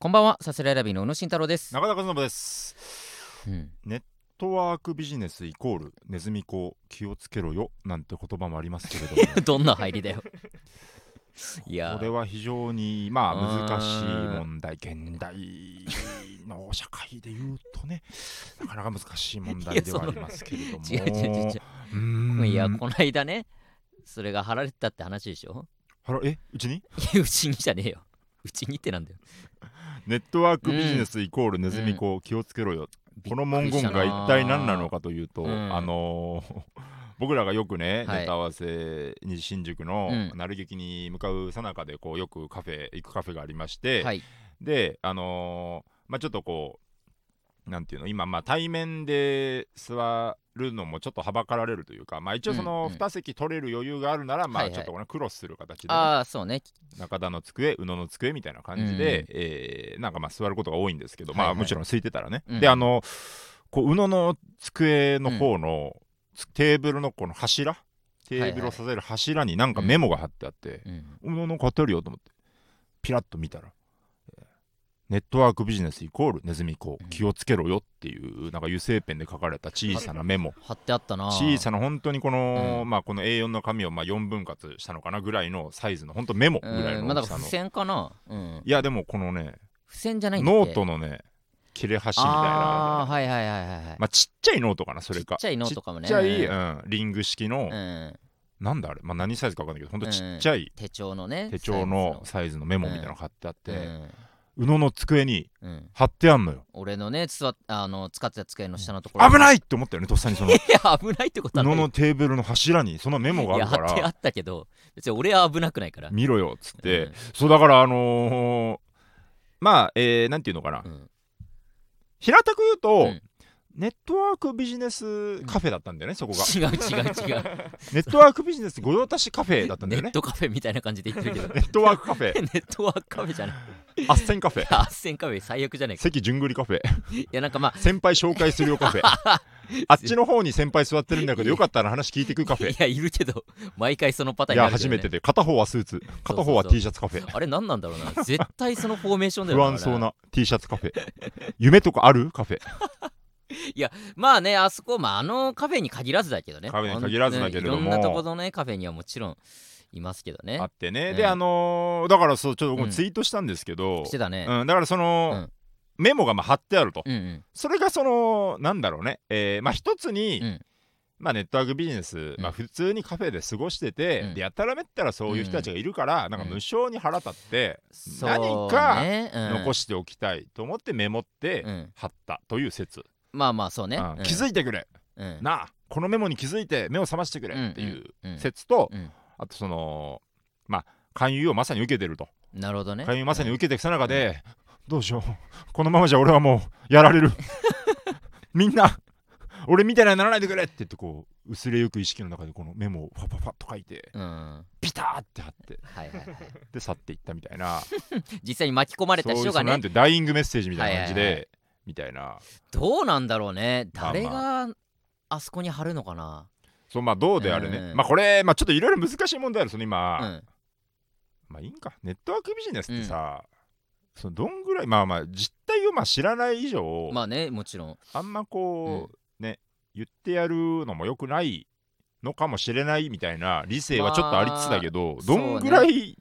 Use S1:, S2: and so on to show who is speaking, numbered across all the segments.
S1: こんばんは、さすらいラビーの宇野慎太郎です。
S2: 中田和信です
S1: うん、
S2: ネットワークビジネスイコールネズミ子気をつけろよなんて言葉もありますけれども
S1: どんな入りだよ。 いや
S2: これ
S1: ー、
S2: は非常にまあ難しいう
S1: ーん
S2: 問題現代の社会で言うとねなかなか難しい問題ではありますけれ ども
S1: 違う違う違う違
S2: うー
S1: う。
S2: ん
S1: いや、この間ね、それが貼られてたって話でしょ。
S2: あらえうちに
S1: いやうちにじゃねえよ。うちにってなんだよ。
S2: ネットワークビジネスイコールネズミ子気をつけろよ、この文言が一体何なのかというと、
S1: うん
S2: あのー 僕らがよくね、
S1: はい
S2: ネタ合わせに新宿の
S1: うん
S2: 鳴る劇に向かうさなかでこうよくカフェ行くカフェがありまし
S1: びっくりしたなーはい。
S2: て、であのーまあちょっとこうなんていうの今まあ対面で座るのもちょっとはばかられるというかまあ一応そ
S1: うん
S2: の
S1: うん
S2: 2席取れる余裕があるなら、
S1: は
S2: まあ
S1: いはい
S2: ちょっとこれクロスする形でね、
S1: ああ、そうね。
S2: 中田の机宇野の机みたいな感じで、
S1: うん
S2: えーなんかまあ座ることが多いんですけど、
S1: はいはい
S2: まあもちろん空いてたらね、
S1: うん
S2: であのこう宇野の机の方の、つテーブルのこの柱テーブルを支える柱になんかメモが貼ってあって、
S1: うん。
S2: 宇野の買ってあるよと思ってピラッと見たら、えーネットワークビジネスイコールネズミ子
S1: うん
S2: 気をつけろよっていうなんか油性ペンで書かれた小さなメモ
S1: 貼ってあったなー。
S2: 小さな本当にこの,、
S1: う
S2: まあ、この A4 の紙をまあ4分割したのかなぐらいのサイズの本当メモぐらい
S1: うん
S2: の
S1: まあ、だ
S2: 大き
S1: か
S2: さ
S1: ら
S2: の
S1: 付箋かな。うん。
S2: いやでもこのね
S1: 付箋じゃないんだっけ
S2: ノートのね切れ端みたいな
S1: ああ、はいはいはいはいはい。
S2: まあ、ちっちゃいノートかなそれか
S1: ちっちゃいノートかもね
S2: ちっちゃい、うん、リング式の、
S1: うん。
S2: なんだあれ、まあ、何サイズか分かんないけどほんとちっちゃい
S1: 手帳のね。
S2: 手帳のサイズのメモみたいなの貼ってあって、
S1: サイズの。うん
S2: 宇野の机に
S1: うん、
S2: 貼ってあんのよ
S1: 俺のねつわあの使ってた机の下のところ
S2: 危ないいって思ったよねとっさにその宇
S1: いや危 ないってことはない
S2: 野のテーブルの柱にそのメモがあ
S1: いや
S2: るか
S1: 貼ってあ
S2: ら
S1: ったけど別に俺は危なくないから
S2: 見ろよっつって、
S1: うん
S2: そうだからあのーまあえー、なんていうのかな、
S1: うん
S2: 平たく言うと、
S1: うん
S2: ネットワークビジネスカフェだったんだよね、そこが
S1: 違う違う違う
S2: ネットワークビジネス御用達カフェだったんだ
S1: ネ
S2: よ
S1: ッ
S2: ね。
S1: トカフェみたいな感じで言ってるけど
S2: ネットワークカフ ェ、
S1: ネットワークカフェじゃない
S2: あっせんカフェ、
S1: あっせんカフェ最悪じゃないか
S2: 関順繰りカフェ、
S1: いやなんかまあ
S2: 先輩紹介するよカフェ、 あっちの方に先輩座ってるんだけど、よかったら話聞いてくカフェ。
S1: いやいるけど毎回そのパターン
S2: い
S1: にな
S2: や、
S1: るけ
S2: 初
S1: どね、
S2: めてで、片方はスーツ、片方
S1: そ
S2: は
S1: うそうそう
S2: T シャツカフェ、
S1: あれ何なんだろうな絶対そのフォーメーションだよ
S2: 不
S1: な
S2: 安そう
S1: あ
S2: な T シャツカフェ、夢とかあるカフェ。
S1: れまあねあそこまああのカフェに限らずだけどね
S2: カフェに限らずだけれども
S1: いろんなところのねカフェにはもちろんいますけどね
S2: あってね、
S1: ええ
S2: で、あのーだからそう、ちょっと僕ツイートしたんですけど、
S1: してたね
S2: うん、だからその、メモがまあ貼ってあると。
S1: うんうん
S2: それがそのなんだろうね、えーまあ一つに、
S1: うん
S2: まあネットワークビジネス、
S1: う
S2: まあ
S1: ん
S2: 普通にカフェで過ごしてて、
S1: うん
S2: でやたらめったらそういう人たちがいるから、なんか無償に腹立って、
S1: そう
S2: 何か
S1: ねうん
S2: 残しておきたいと思ってメモって
S1: うん
S2: 貼ったという説、
S1: まあまあそうね
S2: うん気づ
S1: い
S2: いてくれ、
S1: うん
S2: なあこのメモに気づいて目を覚ましてくれっていう
S1: うん
S2: 説と、
S1: うん
S2: あとそのまあ勧誘をまさに受けてると
S1: なるほどね
S2: 勧誘まさに受けてきた中で、どうしようこのままじゃ俺はもうや られるみんな俺みたいなにならないでくれって言ってこう薄れゆく意識の中でこのメモをパパパッと書いて
S1: うんは
S2: ピターって貼って
S1: いはいはい
S2: で去っていったみたいな
S1: 実際に巻き込まれ
S2: そ
S1: た
S2: ういう
S1: 人
S2: そ
S1: が
S2: のなん
S1: ね
S2: ていうダイイングメッセージみたいな感じで、
S1: はいはいは
S2: みたいな
S1: どうなんだろうね
S2: まあ
S1: 誰があそこに貼るのかな
S2: そうまあどうであれね、
S1: うん
S2: まあこれまあちょっといろいろ難しい問題あるその今、
S1: うん
S2: まあいいんかネットワークビジネスってさ、そのどんぐらいまあまあ実態をまあ知らない以上、
S1: まあねもちろん
S2: あんまこう、ね言ってやるのもよくないのかもしれないみたいな理性はちょっとありつつだけど、
S1: まあ
S2: どんぐらい、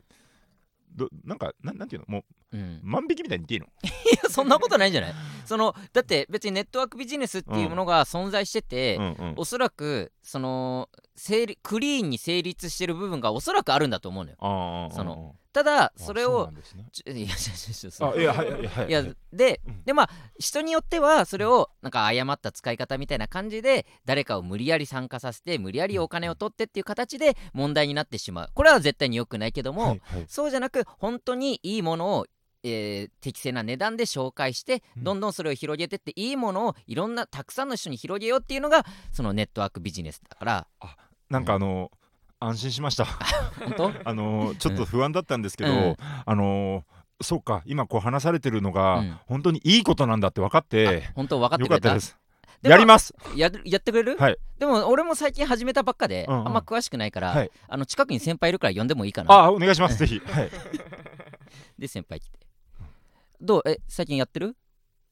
S2: どなんかなんなんていうのもう
S1: うん
S2: 万引きみたいに言っていいの
S1: いやそんなことないんじゃないそのだって別にネットワークビジネスっていうものが存在してて
S2: うんうん
S1: おそらくその成立クリーンに成立してる部分がおそらくあるんだと思うのよ
S2: あーあーあー
S1: そのただ
S2: あー
S1: それ
S2: う
S1: を
S2: なんですね
S1: ちょいやいやいやいやそ
S2: あ
S1: う
S2: いやはいはいはい
S1: いや
S2: はい
S1: で
S2: うん
S1: でまあ人によってはそれをなんか誤った使い方みたいな感じで誰かを無理やり参加させて無理やりお金を取ってっていう形で問題になってしまうこれは絶対に良くないけども、
S2: はいはい
S1: そうじゃなく本当にいいものを、えー適正な値段で紹介して
S2: うん
S1: どんどんそれを広げてっていいものをいろんなたくさんの人に広げようっていうのがそのネットワークビジネスだから
S2: なんかあの安心しました
S1: 本 当
S2: あのちょっと不安だったんですけど、
S1: うん
S2: あのそうか今こう話されてるのが、
S1: うん
S2: 本当にいいことなんだって分かって
S1: 本当分かって
S2: よ
S1: く
S2: か
S1: れ
S2: った
S1: た
S2: です
S1: も
S2: やります
S1: やるやってくれる、
S2: はい
S1: でも俺も最近始めたばっかで、
S2: うんうん
S1: あんま詳しくないから、
S2: はい
S1: あの近くに先輩いるから呼んでもいいかな
S2: あお願いしますぜひはい
S1: で先輩来てどうえ最近やってる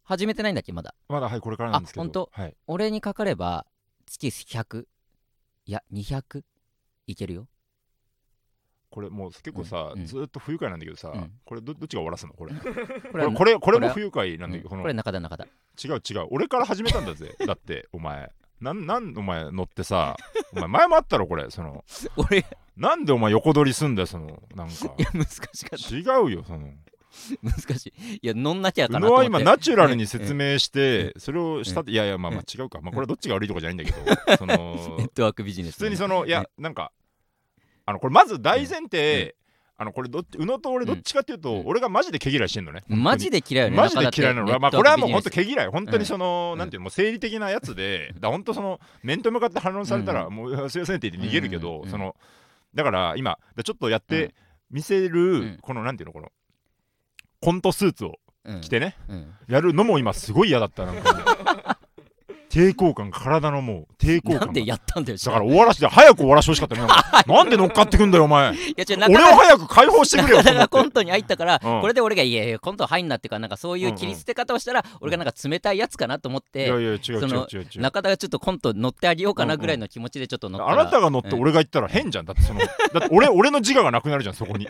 S1: 始めてないんだっけまだ
S2: まだはいこれからなんですけど
S1: あほんと
S2: はい、
S1: 俺にかかれば月100いや200いけるよ
S2: これもう結構さ、
S1: うんうん
S2: ずーっと不愉快なんだけどさ、
S1: うん
S2: これどどっちが終わらすのこれこ
S1: こ
S2: れ
S1: は
S2: これこれも
S1: こ
S2: 不愉快なんだけど、
S1: うん
S2: こ
S1: これ
S2: の
S1: 中田中田
S2: 違う違う俺から始めたんだぜ だってお前なんなんお前乗ってさ お前前もあったろこれその
S1: 俺い
S2: なんでお前横取りすんだよそのなんか
S1: や難しかった
S2: 違うよその
S1: 難しいいや乗んなきゃ
S2: 宇
S1: かな
S2: 野
S1: と思っ
S2: は
S1: て
S2: 今ナチュラルに説明してそれをしたっていやいやまあま
S1: う
S2: あ違うかまあこれはどっちが悪いとかじゃないんだけどそ の
S1: ネットワークビジネ
S2: 普
S1: ス
S2: 通
S1: ね、
S2: にそのいやなんかあのこれまず大前提あのこれどっち宇野と俺どっちかっていう
S1: う
S2: と
S1: ん
S2: 俺がマジで毛嫌いしてんのね
S1: マジで嫌いよね
S2: マジで
S1: 中田って
S2: 嫌いなの
S1: ネットワーク
S2: まあこれはも
S1: ビ
S2: う
S1: ジネ
S2: 本
S1: ス
S2: 当毛嫌い本当にその、
S1: うん
S2: なんていうのもう生理的なやつでだから本当その面と向かって反論されたら、もうすいませんって言って逃げるけど、
S1: うん
S2: そのだから今だからちょっとやっ
S1: うん
S2: て見せ
S1: ん
S2: るこのなんていうのこのコントスーツを
S1: うん
S2: 着てね、
S1: うん
S2: やるのも今すごい嫌だったなん か抵抗感体のもう抵抗
S1: なん
S2: 感が
S1: でやったんだよ
S2: だから終わらして早く終わらしてほしか ったねなんかなんで乗っかってくんだよお前
S1: いや違う中
S2: 俺を
S1: 田
S2: 早く解放してくれ
S1: 中
S2: よと
S1: 田
S2: 思っ
S1: が
S2: て
S1: コントに入ったから、
S2: うん
S1: これで俺が「いやいやコント入んな」っていうかなんかそういう切り捨て方をしたら、俺がなんか冷たいやつかなと思っ
S2: い
S1: て、
S2: やいや違う違う
S1: その
S2: 違う違う
S1: 中田がちょっとコント乗ってあげようかなぐらいの気持ちでちょっと乗ったら、
S2: あなたが乗って
S1: うん
S2: 俺が行ったら変じゃん。だってその、だって俺、 俺の自我がなくなるじゃん、そこに。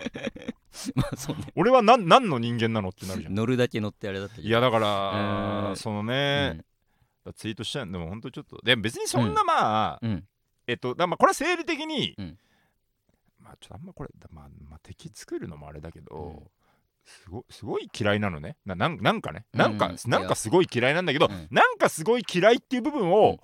S1: まあそうね
S2: 俺は何何の人間なのって なるじゃん。
S1: 乗るだけ乗ってあれだったけど
S2: いや、だか
S1: う
S2: ら、
S1: ん
S2: その
S1: う
S2: ね、
S1: ん
S2: だからツイートしちゃうでも本当ちょっと、でも別にそんなまあ、
S1: うん
S2: えっと、だからまあこれは生理的に、
S1: うん
S2: まあちょっとあんまこれ、まあ、まあ、敵作るのもあれだけど、
S1: うん
S2: すごすごい嫌いなのねななんなんかねなんか、
S1: うんうん
S2: なんかすごい嫌いなんだけど、
S1: うん
S2: なんかすごい嫌いっていう部分を、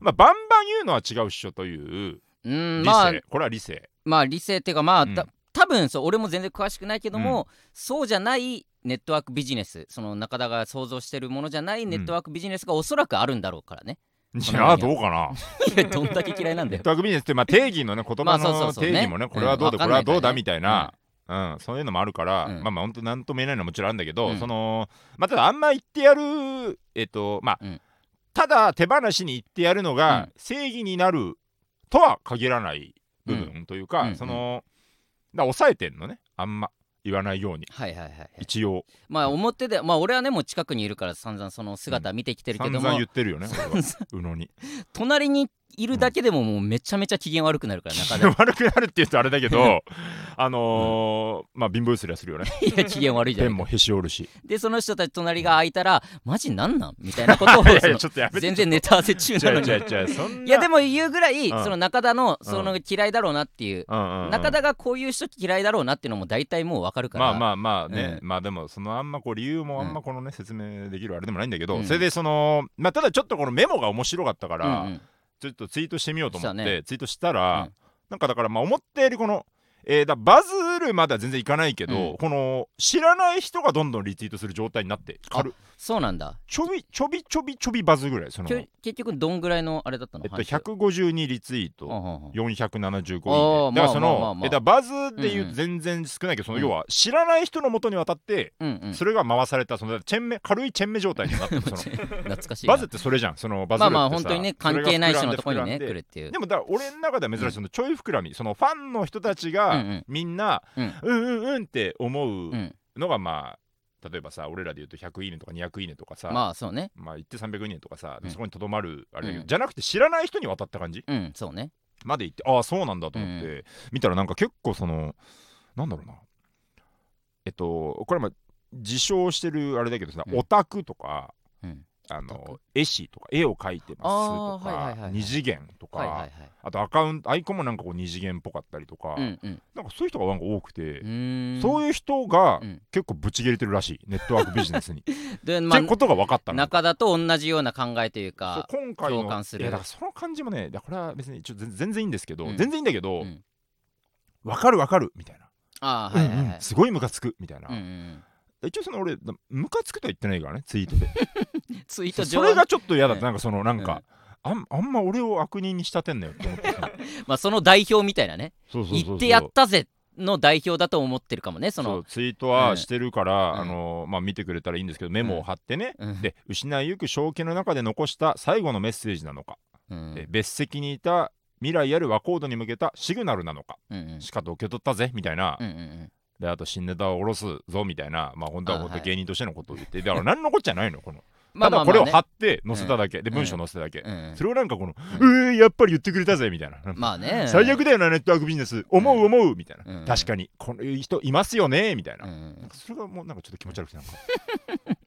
S2: まあバンバン言うのは違うっしょという
S1: う
S2: 理
S1: ん
S2: 性、
S1: まあ
S2: これは理性
S1: まあ理性っていうかまあ、
S2: うん
S1: た多分そう俺も全然詳しくないけども、そうじゃないネットワークビジネスその中田が想像してるものじゃないネットワークビジネスがおそらくあるんだろうから ね、
S2: じゃあどうか な
S1: いやどんだけ嫌いなんだ
S2: ネッ
S1: よ
S2: トワークビジネスってまあ定義のね言
S1: ま
S2: 葉
S1: あそうそう
S2: の
S1: そうね
S2: 定義もねこれはどう
S1: うん
S2: だこれはどう
S1: わか
S2: だ
S1: んない
S2: み
S1: から
S2: た
S1: ね
S2: いな、うん、そういうのもあるから、
S1: うん
S2: まあまあ本当なんとも言えないのはもちろんあるんだけど、
S1: うん
S2: そのまあただあんま言ってやるえっとまあ、
S1: うん
S2: ただ手放しに言ってやるの
S1: う
S2: が
S1: ん
S2: 正義になるとは限らない部分というか、
S1: うん
S2: そのだから抑えてんのねあんま言わないように
S1: はいはいはいはい
S2: 一応
S1: まあ表でまあ俺はねもう近くにいるから散々その姿見てきてるけ
S2: 散
S1: ど
S2: 々
S1: も、
S2: 言ってるよね俺はうのに
S1: 隣にいるだけでももうめちゃめちゃ機嫌悪くなる から中田
S2: 悪くなるって言うとあれだけ どあのーまあ貧乏ゆすりはするよね
S1: いや機嫌悪いじ
S2: ペ
S1: ゃ
S2: ン
S1: ん
S2: もへし折るし
S1: でその人たち隣が空いたらマジなんなんみたいなことを
S2: いやい
S1: そ
S2: や
S1: の
S2: ちょっとやめて
S1: 全然ネタ合わせ中な
S2: 違
S1: の
S2: う
S1: に
S2: 違う違うそんない
S1: やでも言うぐらい、
S2: うん
S1: その中田のその嫌いだろうなっていう、
S2: うんうんうん
S1: 中田がこういう人嫌いだろうなっていうのも大体もう分かるから
S2: まあまあまあね、
S1: う
S2: まあでもそのあんまこう理由もあんまこのね、説明できるあれでもないんだけど、
S1: うん
S2: それでそのまあただちょっとこのメモが面白かったから、
S1: うんうん
S2: ちょっとツイートしてみようと思って、
S1: そうね
S2: ツイートしたら、
S1: うん
S2: なんかだからまあ思ったよりこの、えーだバズるまでは全然いかないけど、
S1: うん
S2: この知らない人がどんどんリツイートする状態になって軽い
S1: そうなんだ
S2: ちょびちょびちょびちょびバズぐらいその、
S1: きょ
S2: え
S1: 結局どんぐらいのあれだったの
S2: っと、152リツイート、
S1: 100
S2: 475
S1: あ
S2: 位
S1: ー
S2: でだから
S1: まあまあま
S2: そ
S1: あ
S2: の
S1: まあ
S2: えだからバズで
S1: うん
S2: いううん全然少ないけどその
S1: うん
S2: 要は知らない人のもとに渡って
S1: うんうん
S2: それが回されたそのチェンメ軽いチェンメ状態になってる その
S1: 懐かしいな
S2: バズってそれじゃんそのバズ
S1: ま
S2: る
S1: あま
S2: ってさ
S1: あ本当にね関係ない人のところにね来
S2: それが膨らんで膨ら
S1: る
S2: んで
S1: っていう
S2: でもだから俺の中では珍しいそのちょい膨らみそのファンの人たち
S1: うんう
S2: が
S1: ん
S2: みんな
S1: うん
S2: うんうんうんって思う
S1: うん
S2: のがまあ例えばさ俺らで言うと100いいねとか200いいねとかさ
S1: まあそうね
S2: まあ言って300いいねとかさ
S1: うん
S2: そこにとどまるあれだけ
S1: う
S2: ど
S1: ん
S2: じゃなくて知らない人に渡った感じ
S1: うんそうね
S2: まで行ってああそうなんだと思って、
S1: う
S2: 見たらなんか結構そのなんだろうなえっとこれはまあ自称してるあれだけどさ、
S1: うん
S2: オタクとか
S1: うん
S2: あ
S1: オタク
S2: の絵師とか絵を描いてますとか、
S1: あーはいはいはいはい
S2: 二次元とか、
S1: はいはいはい
S2: あとアカウントアイコンもなんかこう二次元っぽかったりとか、
S1: うんうん
S2: なんかそういう人がなんか多くて、
S1: うーん
S2: そういう人が
S1: うん
S2: 結構ブチ切れてるらしいネットワークビジネスに。っ
S1: で ま
S2: てことが分かった
S1: あ
S2: の。
S1: 中田と同じような考えというか
S2: そう今回の
S1: 共感する
S2: いやだからその感じもねいやこれは別にちょっと全全然いいんですけど、
S1: うん
S2: 全然いいんだけど、
S1: うん
S2: 分かる分かるみたいな、
S1: ああはいはい
S2: うん
S1: は
S2: う
S1: い
S2: んすごいムカつくみたいな、
S1: うんうん
S2: 一応その俺だムカつくとは言ってないからねツイートで
S1: ツイート上
S2: そ
S1: はね
S2: れがちょっと嫌だったなんかそのなんか、あんあんま俺を悪人に仕立てんなよって 思ってさ
S1: まあその代表みたいなね
S2: そうそうそうそう
S1: 言ってやったぜの代表だと思ってるかもねそ
S2: そ
S1: の
S2: うツイートはしてるから、
S1: うん
S2: あのまあ、見てくれたらいいんですけどメモを貼ってね、
S1: うん
S2: で失いゆく正気の中で残した最後のメッセージなのか、
S1: うん
S2: で別席にいた未来ある和コードに向けたシグナルなのか
S1: うんうん
S2: しかと受け取ったぜみたいな、
S1: うんうんうん
S2: だであと新ネタを下ろすぞみたいなまあ本当は本
S1: あ
S2: 当
S1: はい
S2: 芸人としてのことを言ってだから何のこっちゃないのこの
S1: ま
S2: た
S1: あま
S2: だ
S1: あ
S2: これを
S1: ま
S2: 貼
S1: あね
S2: って載せただけで
S1: うん
S2: 文章載せただけ
S1: うん
S2: それをなんかこの「
S1: う
S2: えーやっぱり言ってくれたぜ」みたいな
S1: まあね
S2: 最悪だよなネットワークビジネス思う思うみたいな、
S1: うん
S2: 確かにこの人いますよねみたいな,、
S1: う
S2: なん
S1: ん
S2: かそれがもうなんかちょっと気持ち悪くてなんか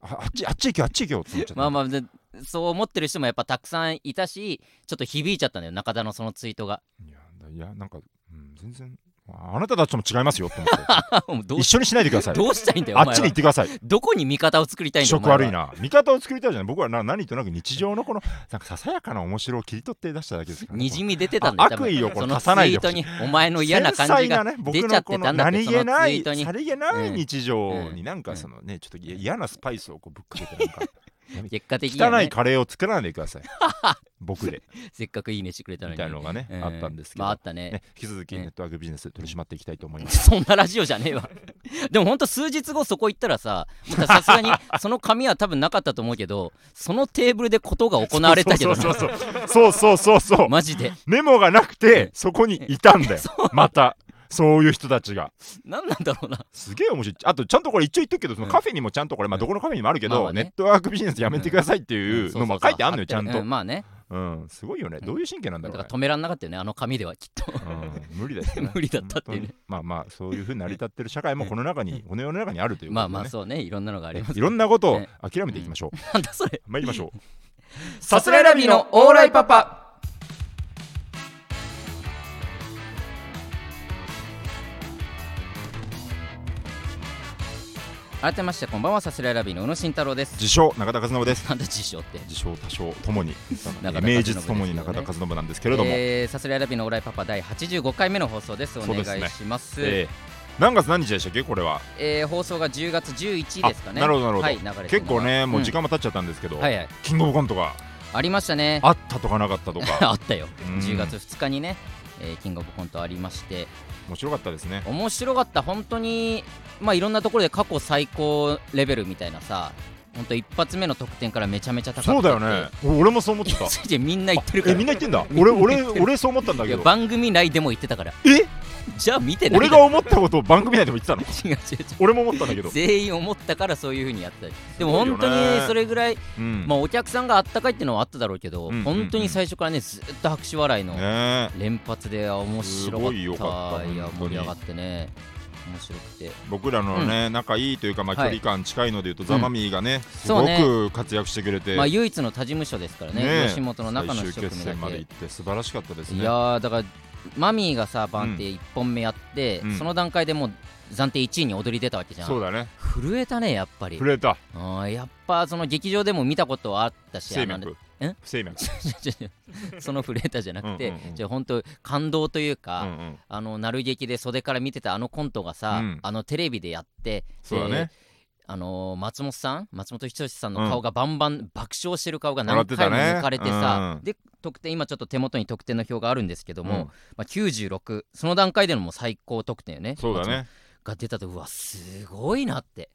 S2: ああっちあっち行けよあっち行けよって思っちゃった
S1: まあまあでそう思ってる人もやっぱたくさんいたしちょっと響いちゃったんだよ中田のそのツイートが
S2: いやだいやなんか、うん、全然ああなたたちとも違いますよって思って
S1: あもうどう
S2: 一緒にしないでください
S1: どうしたいんだよ
S2: あ
S1: お
S2: っち
S1: 前
S2: に行
S1: は
S2: ってください
S1: どこに味方を作りたいんだよお
S2: 食
S1: 前は
S2: 悪いな味方を作りたいじゃない僕はな何となく日常のこのなんかささやかな面白を切り取って出しただけですからね、
S1: にじみ出てたんだよ
S2: あ
S1: 多分
S2: 悪意をこれ
S1: その
S2: 足
S1: ツイ
S2: さないで
S1: ー
S2: ほし
S1: ト
S2: い
S1: にお前の嫌な感じが出ちゃってたんだって
S2: 繊細なね僕のこの何気な
S1: そのツイートに
S2: いさりげない日常になん
S1: う
S2: か
S1: ん
S2: そのねちょっと嫌なスパイスをこうぶっかけてなんか
S1: 結果的には
S2: 汚
S1: ね、
S2: いカレーを作らないでください僕で
S1: せっかくいいねしてくれたの
S2: み
S1: に
S2: たいなのがね
S1: うん
S2: あったんですけど
S1: まああったね
S2: ね引き続き
S1: うん
S2: ネットワークビジネス取り締まっていきたいと思います
S1: そんなラジオじゃねえわ でもほんと数日後そこ行ったらさもうさす がにその紙は多分なかったと思うけどそのテーブルでことが行われたけど
S2: そう
S1: な
S2: そうそうそうそうそうそう
S1: マジで
S2: メモがなくてそこにいたんだよまたそういう人たちが
S1: 何なんだろうな
S2: すげえ面白いあとちゃんとこれ一応言っとくけどその
S1: うん
S2: カフェにもちゃんとこれまあどこのカフェにもあるけ
S1: まあ
S2: ど
S1: まあ
S2: ネ
S1: ね
S2: ットワークビジネスやめてくださいっていうのも書いてあんのよちゃん
S1: う
S2: と
S1: まあね
S2: うんすごいよねどういう神経なんだ
S1: だか
S2: ろう
S1: ら
S2: ね
S1: 止めらんなかったよねあの紙ではきっと
S2: うん無理だよね
S1: 無理だったっていうね
S2: 本当にまあまあそういうふうに成り立ってる社会もこの中にこの世の中にあるということ
S1: ま
S2: で
S1: あ
S2: ね
S1: まあそうねいろんなのがあります
S2: いろんなことを
S1: ね
S2: 諦めていきましょう
S1: なんだそれ
S2: 参りましょう
S1: さすらいラビーのオーライパパ改めましてこんばんはさすらいラビーの宇野慎太郎です
S2: 自称中田和信です
S1: なんだ辞書って
S2: 自称多少ともに
S1: 中田和信
S2: 名実ともに中田和信なんですけれども
S1: えー、さすらいラビーのオーライパパ第85回目の放送ですお
S2: そ
S1: 願
S2: うで
S1: い
S2: すね
S1: します
S2: えー何月何日でしたっけこれは
S1: えー放送が10月11ですかね
S2: あなるほどなるほど
S1: はい、流れてるのは
S2: 結構ねもう時
S1: 間、
S2: 間も経っちゃったんですけど
S1: うんはいはい
S2: キングオブコントが
S1: ありましたね
S2: あっ たとかなかったと
S1: あ
S2: か
S1: ったよ
S2: うん
S1: 10月2日にね、えーキングオブコントありまして
S2: 面白かったですね
S1: 面白かった本当にまあいろんなところで過去最高レベルみたいなさ本当一発目の得点からめちゃめちゃ高くて
S2: そうだよねお俺もそう思ってた
S1: ついてみんな言ってるか
S2: え
S1: ら
S2: みんな言ってんだ俺 俺俺そう思ったんだ
S1: い
S2: け
S1: や
S2: ど
S1: 番組内でも言ってたから
S2: え
S1: じゃあ見てない
S2: 俺が思ったことを番組内でも言ってた の
S1: 違う違う違
S2: 俺も思ったんだけ
S1: う
S2: ど、
S1: 全員思ったからそういう風にやってたでも本
S2: すごいよね
S1: 当にそれぐらい、
S2: うん
S1: まあ、お客さんがあったかいってのはあっただろうけど、
S2: うんうんうん
S1: 本当に最初からねずっと拍手笑いの
S2: ねえ
S1: 連発であ面白かっ
S2: すごいよ
S1: た
S2: かった
S1: いや
S2: 本当
S1: 盛
S2: に
S1: り上がってね面白くて
S2: 僕らのね、仲いいというか、まあ、距
S1: はい
S2: 離感近いのでいうと、
S1: ん
S2: ザマミーがねす
S1: そう
S2: ご
S1: ね
S2: く活躍してくれて、
S1: まあ唯一の他事務所ですからね
S2: ねえ
S1: 吉本の中の
S2: 最
S1: 一
S2: 終
S1: 組
S2: 決
S1: だ
S2: 戦まで
S1: け
S2: 行って素晴らしかったですね
S1: いやーだからマミーがさバンって1本目やって、
S2: うん
S1: その段階でもう暫定1位に躍り出たわけじゃん
S2: そうだね
S1: 震えたねやっぱり
S2: 震えた
S1: あーやっぱその劇場でも見たことはあった
S2: 不
S1: し
S2: 整
S1: あの
S2: 脈
S1: え
S2: 不整脈
S1: ちょちょちょそ の震えたじゃなくて
S2: うんうんうん
S1: じゃあ本当感動という
S2: う
S1: か、
S2: んうん
S1: あのなる劇で袖から見てたあのコントがさ、
S2: うん
S1: あのテレビでやって
S2: そうだ
S1: で
S2: ね
S1: あのー松本さん松本人志さんの顔がバンバン爆笑してる顔が
S2: 笑
S1: 何
S2: って
S1: 回も
S2: たね
S1: 抜かれてさ、
S2: うん
S1: で得点今ちょっと手元に得点の表があるんですけども、
S2: うん
S1: まあ、96その段階でのもう最高得点よね
S2: そうだ
S1: 松本
S2: ね
S1: が出たとうわすごいなって、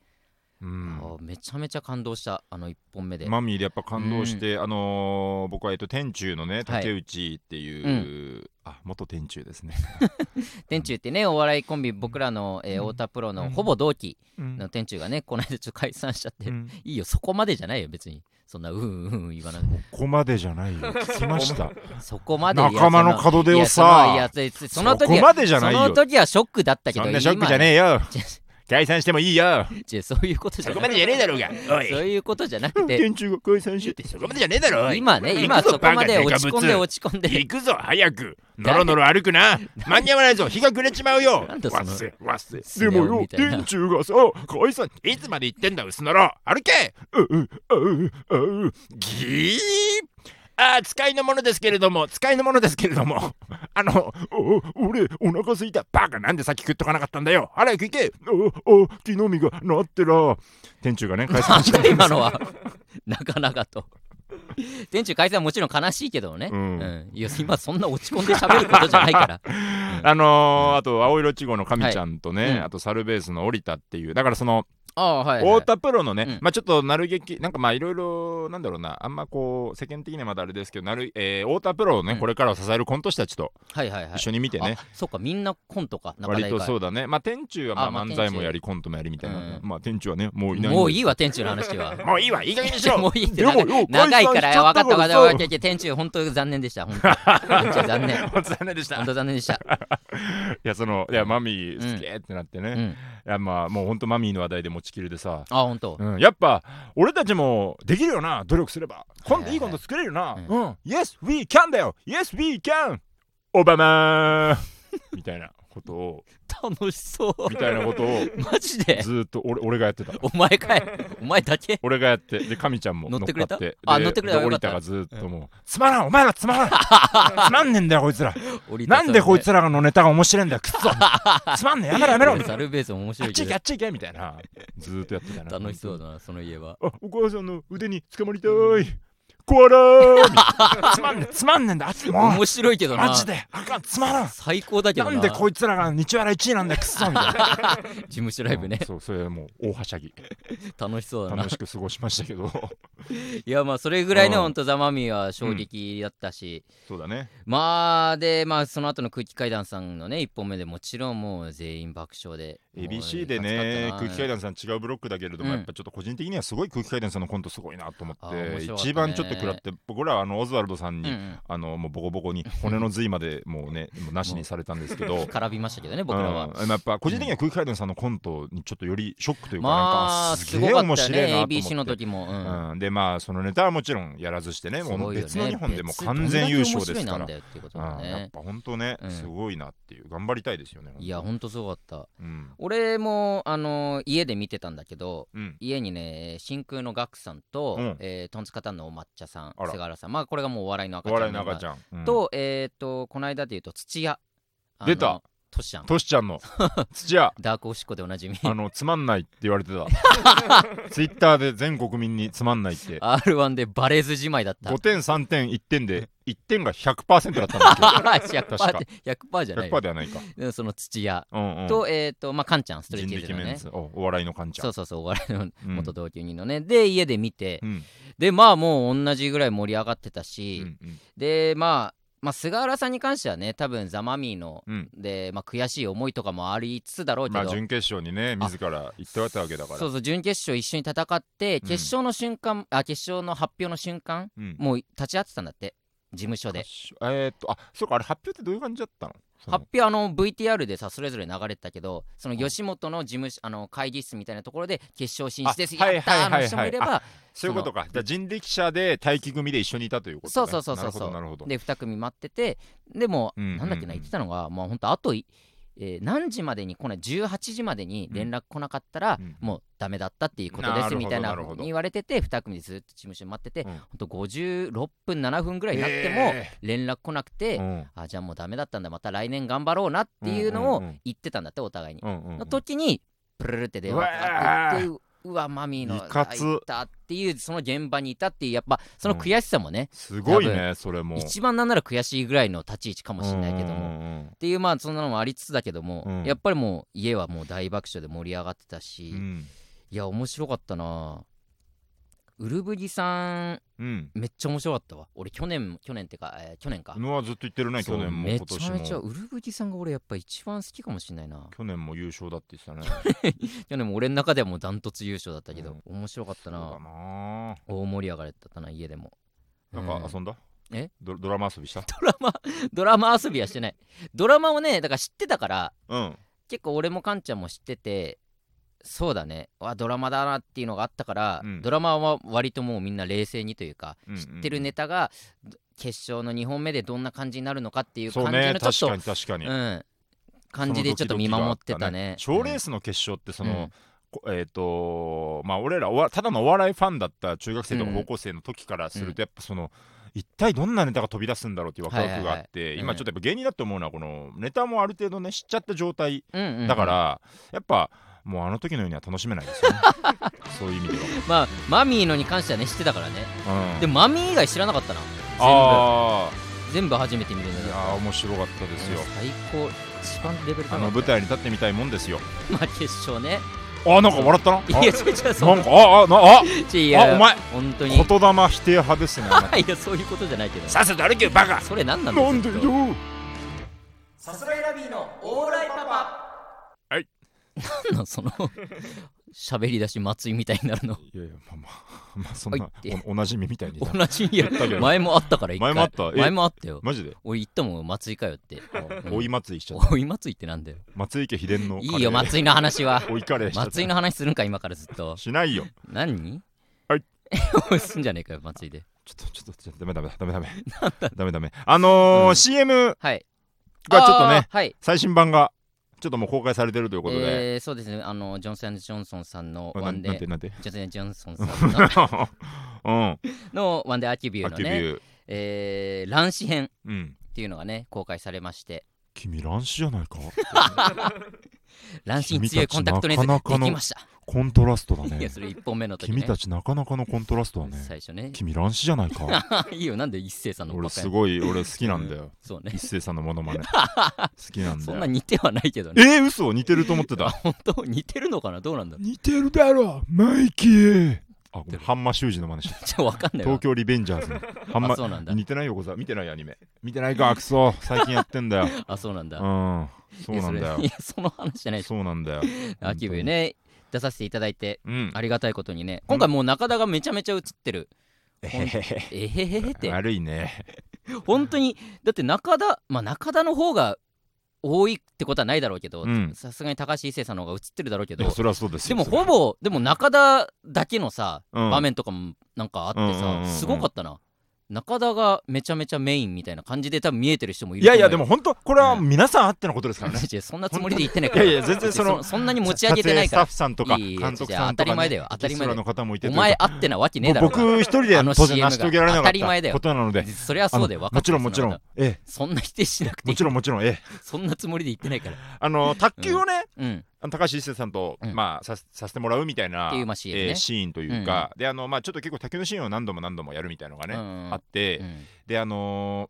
S2: うん
S1: あーめちゃめちゃ感動したあの1本目で、
S2: マミーでやっぱ感動して、あのー僕はえっと天中のね竹内っていう、あ元天中ですね、
S1: 天中ってねお笑いコンビ僕らの、えー
S2: うん
S1: 太田プロ
S2: う
S1: の
S2: ん
S1: ほぼ同期
S2: うん
S1: の天中がねこの間ちょっと解散しちゃって、
S2: うん
S1: いいよそこまでじゃないよ別にそんなうんうんうん言わない
S2: ここまでじゃないよ聞きました
S1: そこまでいや
S2: 仲間の
S1: そ
S2: 門出
S1: い
S2: を
S1: や
S2: さ
S1: いやそのいやそ その
S2: そ
S1: 時
S2: こ
S1: は
S2: までじゃ
S1: そ
S2: ない
S1: の
S2: よ
S1: 時はショックだったけど
S2: そんなショックじゃねえよ
S1: 今ね
S2: 解散してもいいよ
S1: 違うそういうことじゃなく
S3: じゃねえだろうが。お
S1: てそういうことじゃなく て
S2: 天中が解散して
S3: そこまでじゃねえだろおい
S1: 今ね今
S3: 行くぞ
S1: そこまで落
S3: バカデ
S1: ち
S3: カ
S1: 込
S3: ブ
S1: ん
S3: ツ
S1: で落ち込んで
S3: 行くぞ、早く。のろのろ歩くな。間に合わないぞ、日が暮れちまう よ。
S1: なんだそ
S3: わっ
S1: の
S3: せ、わっせ。
S2: でもよ
S1: みたいな
S2: 天中がさ解散
S3: いつまで言ってんだ、薄のろ。歩け
S2: ううううう
S3: ぎーあー使いのものですけれども、使いのものですけれども、 あの、
S2: お俺お腹すいた
S3: バカなんでさっき食っとかなかったんだよ。早く行け
S2: ああ木の実がなってら天中がね
S1: な
S2: 解 散
S1: ん
S2: して
S1: だ今のはなかなかと天中解散はもちろん悲しいけどね、う
S2: う
S1: んん いや今そんな落ち込んで喋ることじゃないから
S2: あのーあと青色ちごの神ちゃんとね、
S1: はいうん
S2: あとサルベースの織田っていうだからその
S1: ああはい、はい、
S2: 太田プロのね、
S1: うん
S2: まあちょっとなる劇なんかまあいろいろなんだろうなあんまこう世間的にはまだあれですけどなる、えー太田プロをね、
S1: うん
S2: これからを支えるコント師たちと
S1: はいはいはい
S2: 一緒に見てね、
S1: あそうかみんなコントか中
S2: 割
S1: 田以
S2: と
S1: 外
S2: そうだねまあ天柱はま
S1: あ
S2: あ
S1: まあ
S2: 漫才もやりコントもやりみたいな、
S1: うん
S2: まあ天柱はねもういない
S1: もういいわ店長の話は
S2: もういいわいい加減 にしろ
S1: もういいって
S2: でも
S1: 長い
S2: よう
S1: 長いから
S2: 解散しちゃ
S1: 分
S2: っ
S1: かったた分
S2: か
S1: からった分 かった店長本当に残念でした本当に店長残念
S2: お疲れでし
S1: 本
S2: た
S1: 当残念でした、
S2: いやそのいやマミー
S1: うん
S2: 好きってなって
S1: う
S2: ね、
S1: ん、
S2: いやまあもうほんとマミーの話題で持ちきりでさ、
S1: あ本当
S2: うん、やっぱ俺たちもできるよな努力すれば今
S1: はいはいは
S2: 度
S1: い
S2: いいコント作れるな、
S1: うん
S2: うん Yes we can だよ Yes we can オ バマーみたいなことを
S1: 楽しそう
S2: みたい なことを
S1: マジで
S2: ずーっと俺俺がやってた
S1: お前かい お前だけ
S2: 俺がやってで神ちゃんも
S1: 乗
S2: 乗
S1: っ
S2: ってて
S1: く
S2: く
S1: れ
S2: れ
S1: た
S2: た
S1: あ乗ってくれたよか
S2: 折
S1: った
S2: 田がずっともうつまらんお前らつまらんつまんねえんだよこいつらなんでこいつらのネタが面白いんだよくっそ つまんねえやめろやめろみたいな
S1: サルベース面白
S2: あっ
S1: い
S2: ち
S1: け
S2: 行けあ
S1: ど
S2: っち行けみたいなずーっとやってたな
S1: 楽しそうだなその家は
S2: あお母さんの腕に捕まりたいコアラーつまんねえつまんねえんだあっちもう
S1: 面白いけどな
S2: マジであかんつまらん
S1: 最高だけど
S2: な
S1: なん
S2: でこいつらが日原1位なんだよくっそみたいな
S1: 事務所ライブね
S2: うんそうそれもう大はしゃぎ
S1: 楽しそうだな
S2: 楽しく過ごしました けど
S1: いやまあそれぐらいね
S2: うん
S1: ほんとザ・マミィは衝撃だったし
S2: そうだね
S1: まあでまあその後の空気階段さんのね一本目でもちろんもう全員爆笑でもう
S2: ABC で
S1: 熱かっ
S2: ね
S1: たな
S2: 空気階段さん違うブロックだけれども、
S1: うん
S2: やっぱちょっと個人的にはすごい空気階段さんのコントすごいなと思
S1: あ
S2: って
S1: ー面白かったね
S2: 一番ちょっと食らって僕らはあのオズワルドさん
S1: う
S2: に、
S1: ん
S2: あのもうボコボコに骨の髄までもうねもうなしにされたんです け
S1: うん
S2: ど
S1: 絡みましたけどね僕らは
S2: うんやっぱ個人的には空気階段さんのコントにちょっとよりショックというか、
S1: ま
S2: なん
S1: あ
S2: か
S1: す
S2: す
S1: ご
S2: げえ
S1: かっ
S2: 面
S1: た
S2: 白いなと
S1: ね
S2: 思って
S1: ABC の時もうん
S2: うん、でまあそのネタはもちろんやらずして
S1: す
S2: ねも
S1: ご
S2: う
S1: いよね
S2: 別の日本でも
S1: 別
S2: 完全優勝ですか
S1: どんだけ面白いなん
S2: ら
S1: だよっていうことだ
S2: うんやっ
S1: ね
S2: ぱ本当ね、
S1: うん
S2: すごいなっていう頑張りたいですよね
S1: いやほんとすごかった
S2: うん
S1: 俺もあの家で見てたんだけど
S2: うん
S1: 家にね真空のガクさんと、
S2: うん
S1: えートンツカタンのお抹茶さん
S2: あら
S1: 菅原さんまあこれがもうお笑いの赤
S2: お
S1: ちゃ
S2: 笑
S1: ん
S2: い
S1: メ
S2: の
S1: ンバー
S2: 赤ちゃん、うん、
S1: とえっ、とこの間で言うと土屋あの
S2: 出た
S1: トシちゃん
S2: トシち ゃんの土屋
S1: ダークおしっこでおなじみ
S2: あのつまんないって言われてたツイッターで全国民につまんないって
S1: R1 でバレずじまいだった
S2: 5点3点1点で1点が100%だったんだ
S1: 100%,
S2: 確か
S1: じゃ100%じ
S2: け
S1: ゃ
S2: ど
S1: ない
S2: 100%
S1: よ
S2: ではないか、
S1: うんその土屋
S2: うんうん、
S1: と、えっ、とまあカンちゃんストレ
S2: 人
S1: ッチーズ
S2: 力
S1: の
S2: メン
S1: ね
S2: ズおお笑いのカンちゃ
S1: そ
S2: ん
S1: うそうそうお笑いの
S2: うん
S1: 元同級人のね、で家で見て、
S2: うん
S1: でまあもう同じぐらい盛り上がってた
S2: う
S1: し、
S2: んうん
S1: でまあまあ菅原さんに関してはね多分ザ・マミィの
S2: うん
S1: で、まあ、悔しい思いとかもありつつだろうけ
S2: ま
S1: ど、
S2: あ準決勝にね自ら行ってわったわけだから
S1: そうそう準決勝一緒に戦って
S2: うん
S1: 決勝の瞬間、あ決勝の発表の瞬間
S2: うん
S1: もう立ち会ってたんだって事務所で
S2: えーっとあそうかあれ発表ってどういう感じだったのその
S1: 発表あの VTR でさそれぞれ流れてたけどその吉本の事務所あの会議室みたいなところで決勝進出です
S2: あ
S1: やったー
S2: はいはいはいはい
S1: の人もいれば
S2: そういうことかじゃあ人力車で待機組で一緒にいたということ、ね、
S1: そうそうそうそうそう
S2: なるほどなるほど
S1: で2組待っててでも、
S2: うんうんうん
S1: なんだっけな言ってたのがもうほんとあとい、えー何時までに来ない18時までに連絡来なかったら、
S2: うん
S1: もうダメだったっていうこと
S2: なる
S1: で
S2: ほ
S1: す
S2: ど
S1: みたいな
S2: なるほど
S1: に言われてて2組でずっと事務所に待ってて、
S2: うん
S1: ほんと56分7分ぐらいになっても
S2: え
S1: 連絡来なくて、
S2: ーうん
S1: あじゃあもうダメだったんだまた来年頑張ろうなっていうの
S2: う
S1: を
S2: んうんうん
S1: 言ってたんだってお互いに。
S2: うんうんうん
S1: の時にプルルって電話かかってきてうわマミーの
S2: いかつ
S1: あいたっていうその現場にいたっていうやっぱその悔しさもね、
S2: すごいねそれも
S1: 一番なんなら悔しいぐらいの立ち位置かもしれないけども。っ
S2: も
S1: ていうまあそんなのもありつつだけども、
S2: うん
S1: やっぱりもう家はもう大爆笑で盛り上がってたし、
S2: うん
S1: いや面白かったなウルブギさん
S2: うん
S1: めっちゃ面白かったわ俺去年去年ってか、えー去年か、
S2: のはずっと言ってるね
S1: そう
S2: 去年も
S1: め
S2: 今
S1: ちゃめち
S2: 年
S1: ゃ
S2: も
S1: ウルブギさんが俺やっぱ一番好きかもしれないな
S2: 去年も優勝だって言ってたね
S1: 去年も俺の中ではもうダントツ優勝だったけど、面白かったな
S2: そうだな
S1: 大盛り上がりだったな家でも
S2: なん
S1: う
S2: か遊んだ
S1: え
S2: ドドラマ遊びした
S1: ドラマドラマ遊びはしてないドラマをねだから知ってたから
S2: うん
S1: 結構俺もカンちゃんも知っててそうだねわドラマだなっていうのがあったから、
S2: うん
S1: ドラマは割ともうみんな冷静にというか、
S2: うんうんうん
S1: 知ってるネタがど決勝の2本目でどんな感じになるのかっていう
S2: そう
S1: 感じ
S2: ね
S1: の
S2: 確
S1: ちょっ
S2: か
S1: と
S2: に確かに
S1: うん、感じでちょっと見守ってたね
S2: 賞レー
S1: ス
S2: スの決勝ってそ
S1: うん
S2: の、こえっ、とまあ俺らおわただのお笑いファンだった中学生とか
S1: うん
S2: 高校生の時からするとやっぱその、一体どんなネタが飛び出すんだろうっていうワクワクがあっ
S1: いは
S2: て、
S1: い
S2: 今ちょっとやっぱ芸人だと思うのはこのネタもある程度ね知っちゃった状態
S1: うんうんうん
S2: だから、やっぱもうあの時のようには楽しめな いですよねそういう意味で
S1: まあマミーのに関してはね知ってたからね
S2: は、うん、
S1: でもマミー以外知らなかったな全部
S2: ああ
S1: 全部初めて見るの
S2: いや
S1: よ
S2: ー面白かったですよ
S1: 最高一番レベル高か
S2: あの
S1: っ
S2: 舞台に立ってみたいもんですよ
S1: たまあ決勝ね
S2: あなんか笑ったないあ
S1: や違う違うそ
S2: な
S1: うん
S2: かああなあ
S1: いや
S2: あお前
S1: 本当に
S2: 言霊否定派ですね あ
S1: いやそういうことじゃないけど
S3: さっさと歩けよバカ
S1: それ何な
S2: なた
S1: んだ
S2: なんでよ
S1: ずっとさすらいラビーのオーライパパ
S2: はい
S1: なんなんその 喋り出し松井みたいになるの
S2: いやいやまあまあ まあそんな
S1: はいって
S2: おおなじみみたいにな
S1: 同じにや
S2: ったけど
S1: 前もあったから一回
S2: 前もあったえ
S1: 前もあったよ
S2: マジで
S1: 俺言ったもん松井かよってうん
S2: おい松井しちゃった
S1: おい松井ってなんだよ
S2: 松井家秘伝の
S1: いいよ
S2: カレー
S1: 松井の話は
S2: おいカレーしちゃった
S1: 松井の話するんか今からずっと
S2: しないよ
S1: 何
S2: はい
S1: おいすんじゃねえかよ松井で
S2: ちょっとちょっとちょっとダメダメダメダメダメダメあのー
S1: うん
S2: CM
S1: はい
S2: がちょっとね
S1: あーはい
S2: 最新版がちょっともう公開されてるということで、
S1: えーそうですねあのジョンソンジョンソンさんの
S2: な
S1: ワン
S2: ん
S1: デ
S2: なん
S1: ー
S2: てなんて
S1: ジョンソンジョンソンさん の
S2: うんア
S1: のワンデーアーキビューの
S2: キビ
S1: ね、
S2: ュー、
S1: えー、乱視編っ
S2: うん
S1: ていうのがね、公開されまして、
S2: 君乱視じゃない か
S1: 乱視に強いコンタクトレンズ
S2: 君たちなかなかの
S1: できました。
S2: コントラストだ
S1: いや、
S2: ね
S1: それ一本目の時ね。
S2: 君たちなかなかのコントラストだね
S1: 最初ね。
S2: 君乱視じゃないか
S1: いいよ、なんで一斉さんの
S2: 俺
S1: バカや
S2: すごい俺好きなんだよ
S1: そうね。
S2: 一星さんのモ ノマネ好きなん
S1: そ
S2: だ
S1: ん
S2: よ
S1: な似てはないけどね。
S2: えー、嘘似てると思って
S1: あ、
S2: た
S1: 本当似てるのかなどうなんだろ
S2: 似てるだろマイキーあごめんハンマ修二の真似し
S1: う。ちょ、わかんないわ
S2: 東。京リベンジャーズのハン
S1: あ、
S2: マ
S1: そうなんだ。
S2: 似てないよこざ見てないアニメ見てないかク ソ最近やってんだよ
S1: あ、そうなんだ。
S2: うんそう
S1: いや
S2: なんだよ
S1: れいや、その話じゃないです。
S2: そう なんだよ
S1: アーキビューね、出させていただいて、
S2: うん
S1: ありがたいことにね、今回もう中田がめちゃめちゃ映ってる。
S2: え
S1: ほん
S2: へ
S1: えへへへっ
S2: へ
S1: て。
S2: 悪いね
S1: 本当にだって中田まあ中田の方が多いってことはないだろうけど
S2: うん
S1: さすがに高橋一生さんの方が映ってるだろうけ
S2: いや
S1: ど
S2: そりゃそうです
S1: で
S2: よ
S1: も
S2: そりゃ
S1: ほぼでも中田だけのさ、
S2: うん
S1: 場面とかもなんかあって
S2: うんうんうんうん
S1: さすごかったな中田がめちゃめちゃメインみたいな感じで多分見えてる人もいる
S2: いやいやで
S1: と思
S2: も
S1: うよ
S2: 本当これは皆さんあってのことですから ね
S1: 違うそんなつもりで言ってないから
S2: いやいや全然その
S1: 別にんなに持ち上げてないか
S2: 撮影スタッ
S1: ら
S2: フさんとか
S1: いやいや
S2: 監督さんと
S1: 違う違う当たり
S2: かね
S1: 前だよ当たり前だよ
S2: ゲストの方もいて
S1: お
S2: というか
S1: 前あってなわけねえだろうが
S2: 僕一人で
S1: あ
S2: は
S1: の
S2: 当然
S1: CM が
S2: 成し遂げられなか
S1: 当た
S2: っ
S1: り前だ
S2: た
S1: よ
S2: ことなので
S1: それはそうで分か
S2: も
S1: って
S2: ち
S1: る
S2: ろんもちろん
S1: そな
S2: ええ
S1: そんな否定しなくてい
S2: も
S1: い
S2: ちろんもちろんええ
S1: そんなつもりで言ってないから
S2: あの卓球をね
S1: うん
S2: あの高橋一生さんと
S1: うん
S2: まあささせてもらうみたいな
S1: っていうまあ CM ね
S2: えーシーンというかであのまあちょっと結構卓球のシーンを何度も何度もやるみたいのがね
S1: うんうんうん
S2: あって
S1: うん
S2: であのー